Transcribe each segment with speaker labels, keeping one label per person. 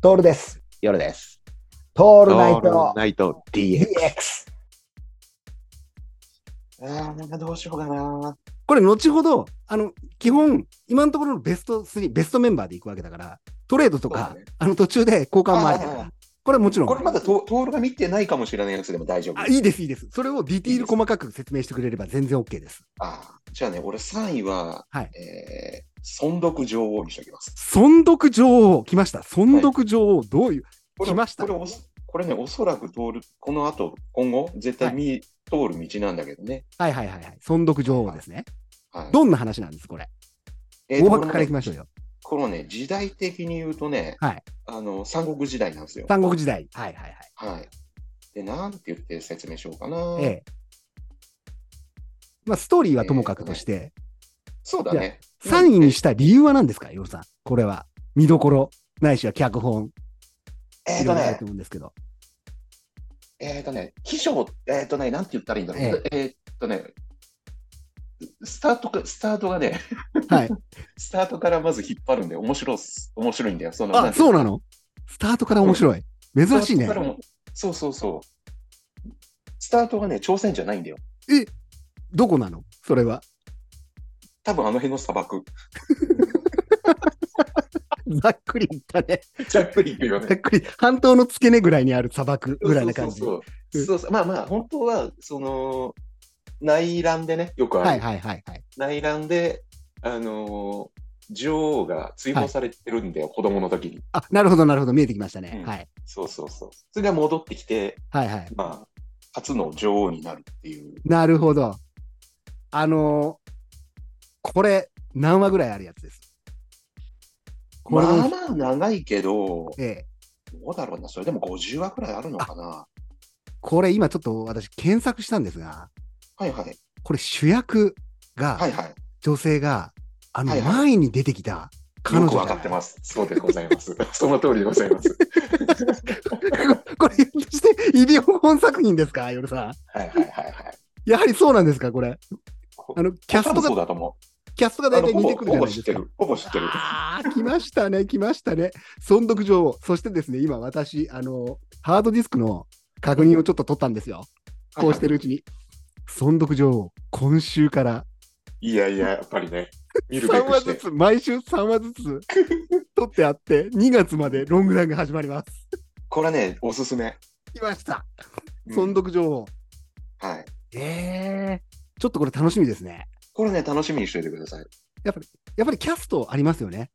Speaker 1: トールです。
Speaker 2: 夜です。
Speaker 1: ト
Speaker 2: オ
Speaker 1: ールナイト
Speaker 2: ナイト DX。
Speaker 1: DX。
Speaker 2: あーなんかどうしようかな。
Speaker 3: これ、後ほど、あの、基本、今のところのベスト3、ベストメンバーでいくわけだから、トレードと
Speaker 2: そ
Speaker 3: か、
Speaker 2: うだね
Speaker 3: あの途中で交換もありだか
Speaker 2: あああ
Speaker 3: ら、これはもちろん。
Speaker 2: これまだトールが見てないかもしれないやつでも大丈夫。
Speaker 3: あ
Speaker 2: あ
Speaker 3: いいです、いいです。それをディティール細かく説明してくれれば全然 OK です。
Speaker 2: あーじゃあね、俺3位は、
Speaker 3: はい
Speaker 2: えー存続女王にしておきます。
Speaker 3: 存続女王、来ました。存続女王、どういう、
Speaker 2: これ
Speaker 3: 来ました
Speaker 2: これおそこれね、おそらくトール、この後、今後、絶対見、通る道なんだけどね。
Speaker 3: はいはいはいはい。存続女王ですね。
Speaker 2: はい、
Speaker 3: どんな話なんです、これ。
Speaker 2: えー
Speaker 3: 大枠からいきましょう
Speaker 2: こ
Speaker 3: よ。
Speaker 2: のねこのね、時代的に言うとね、
Speaker 3: はい
Speaker 2: あの三国時代なんですよ。
Speaker 3: 三国時代。はいはい
Speaker 2: はい。で、なんて言って説明しようかな。
Speaker 3: はい。ええ。まあ、ストーリーはともかくとして、
Speaker 2: そうだね。
Speaker 3: 3位にした理由は何ですか、ヨルさん。これは。見どころ、ないしは脚本、
Speaker 2: え
Speaker 3: い
Speaker 2: ー
Speaker 3: ろ
Speaker 2: と
Speaker 3: いろある
Speaker 2: ね
Speaker 3: と、思うんですけど。
Speaker 2: えーとね、秘書、えーとね、なんて言ったらいいんだろう。
Speaker 3: え
Speaker 2: えーとね、スタートか、スタートがね、
Speaker 3: はい。
Speaker 2: スタートからまず引っ張るんで、面白いっす、面白いんだよ。その
Speaker 3: あ、そうな
Speaker 2: の
Speaker 3: のスタートから面白い。珍しいね
Speaker 2: スタート。からもそうそうそう。スタートがね、朝鮮じゃないんだよ。
Speaker 3: どこなのそれは。
Speaker 2: 多分あの辺の 砂漠。
Speaker 3: ざっくり言ったね。
Speaker 2: ざっくり言うよ
Speaker 3: ざっ。くり、半島の付け根ぐらいにある砂漠ぐらいな感じ。
Speaker 2: そ
Speaker 3: は
Speaker 2: うそうそうそうそうまあまあ、本当は、その、内乱でね、よくある。
Speaker 3: いはいはいはい。
Speaker 2: 内乱で、あのー女王が追放されてるんだよ、子供の時に。
Speaker 3: あ、なるほどなるほど、見えてきましたね
Speaker 2: う。ん
Speaker 3: はい。
Speaker 2: そうそうそう。それが戻ってきて、
Speaker 3: はいはい。
Speaker 2: まあ、初の女王になるっていう。
Speaker 3: なるほど。あのーこれ、何話ぐらいあるやつです。これも、
Speaker 2: まあまあ長いけど、
Speaker 3: ええ
Speaker 2: どうだろうな、それでも50話くらいあるのかな。
Speaker 3: これ今ちょっと私検索したんですが、
Speaker 2: はいはい。
Speaker 3: これ主役が、
Speaker 2: はいはい。
Speaker 3: 女性が、あの
Speaker 2: はいはい
Speaker 3: 前に出てきた彼
Speaker 2: よ
Speaker 3: 女
Speaker 2: く
Speaker 3: じゃ
Speaker 2: わ
Speaker 3: な
Speaker 2: か
Speaker 3: い
Speaker 2: ってます。そうでございます。 その通りでございます。
Speaker 3: これ、ひょっとして、医療本作品ですか、夜さん。
Speaker 2: はいはいはいはい。
Speaker 3: やはりそうなんですか、これ。
Speaker 2: こ
Speaker 3: あの、キャスト
Speaker 2: 多分そう
Speaker 3: が、
Speaker 2: だと思
Speaker 3: キャストが
Speaker 2: う。あ
Speaker 3: 大体
Speaker 2: のほ
Speaker 3: 似
Speaker 2: ぼ
Speaker 3: てくるじ
Speaker 2: ほ
Speaker 3: ゃ
Speaker 2: ぼ
Speaker 3: ない
Speaker 2: 知
Speaker 3: で
Speaker 2: っ
Speaker 3: す
Speaker 2: て
Speaker 3: か。
Speaker 2: る。ほぼ知ってる。
Speaker 3: あー、来ましたね、来ましたね。存続女王。そしてですね、今私、あの、ハードディスクの確認をちょっと取ったんですよ。こうしてるうちに。存続女王、今週から
Speaker 2: いやいや、やっぱ りね。見るべ
Speaker 3: 3
Speaker 2: く
Speaker 3: 話
Speaker 2: し
Speaker 3: ず
Speaker 2: て。
Speaker 3: つ、毎週3話ずつ取ってあって、2月までロングランが始まります。
Speaker 2: これね、おすすめ。
Speaker 3: 来ました。
Speaker 2: うん
Speaker 3: 存続女王。
Speaker 2: はい。
Speaker 3: ええちょっとこれ楽しみですね。
Speaker 2: これね、楽しみにしておいてください。
Speaker 3: やっぱりキャストありますよね。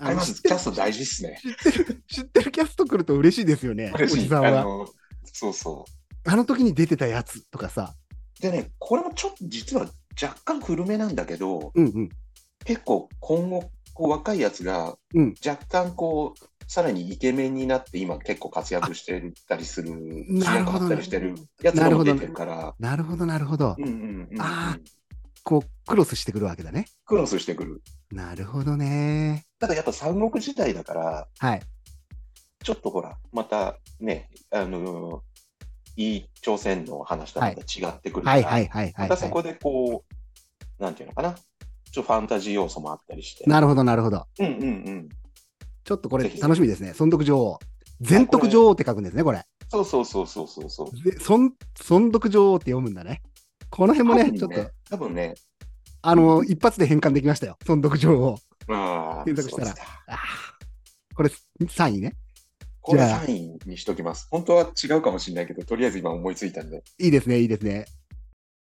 Speaker 3: の
Speaker 2: あります。
Speaker 3: 知
Speaker 2: キ
Speaker 3: って
Speaker 2: ャスト大事っすね。
Speaker 3: 知ってるキャスト来ると嬉しいですよね、お
Speaker 2: 嬉し
Speaker 3: じ
Speaker 2: い
Speaker 3: さん
Speaker 2: あ
Speaker 3: は。
Speaker 2: のそうそ
Speaker 3: あの時に出てたやつとかさ。
Speaker 2: う。でね、これもちょっと実は若干古めなんだけど、
Speaker 3: うんうん。
Speaker 2: 結構今後、こう若いやつが
Speaker 3: うん
Speaker 2: 若干こう、さらにイケメンになって今結構活躍してたりする、
Speaker 3: なるほどね
Speaker 2: ったりしてるやつらも出てるから、
Speaker 3: なるほど、なるほど
Speaker 2: う。んうんうんうん
Speaker 3: あこう、クロスしてくるわけだね。
Speaker 2: クロスしてくる。
Speaker 3: なるほどね。
Speaker 2: ただやっぱ三国時代だから、
Speaker 3: はい。
Speaker 2: ちょっとほら、またね、あのーいい朝鮮の話とはまた違ってくるから、
Speaker 3: はいはいはいは
Speaker 2: ま
Speaker 3: い、
Speaker 2: たそ
Speaker 3: は
Speaker 2: こでこう、なんていうのかな、ちょっとファンタジー要素もあったりして。
Speaker 3: い。なるほど、なるほど。
Speaker 2: うんうんうん。
Speaker 3: ちょっとこれ
Speaker 2: ぜひ
Speaker 3: 楽しみですね。存続女王。全徳女王って書くんですね、これ。
Speaker 2: そうそうそうそうそうそう。
Speaker 3: で存存続女王って読むんだね。この辺もね、ち
Speaker 2: 多
Speaker 3: ょっ
Speaker 2: 分
Speaker 3: と、
Speaker 2: 多分ね、
Speaker 3: あの、一発で変換できましたよ。存続女王。
Speaker 2: ああ、
Speaker 3: 検索したら
Speaker 2: そうですか
Speaker 3: あーこれ3位ね。
Speaker 2: これ
Speaker 3: じゃあ
Speaker 2: 3位にしときます。本当は違うかもしれないけど、とりあえず今思いついたんで。
Speaker 3: いいですね、いいですね。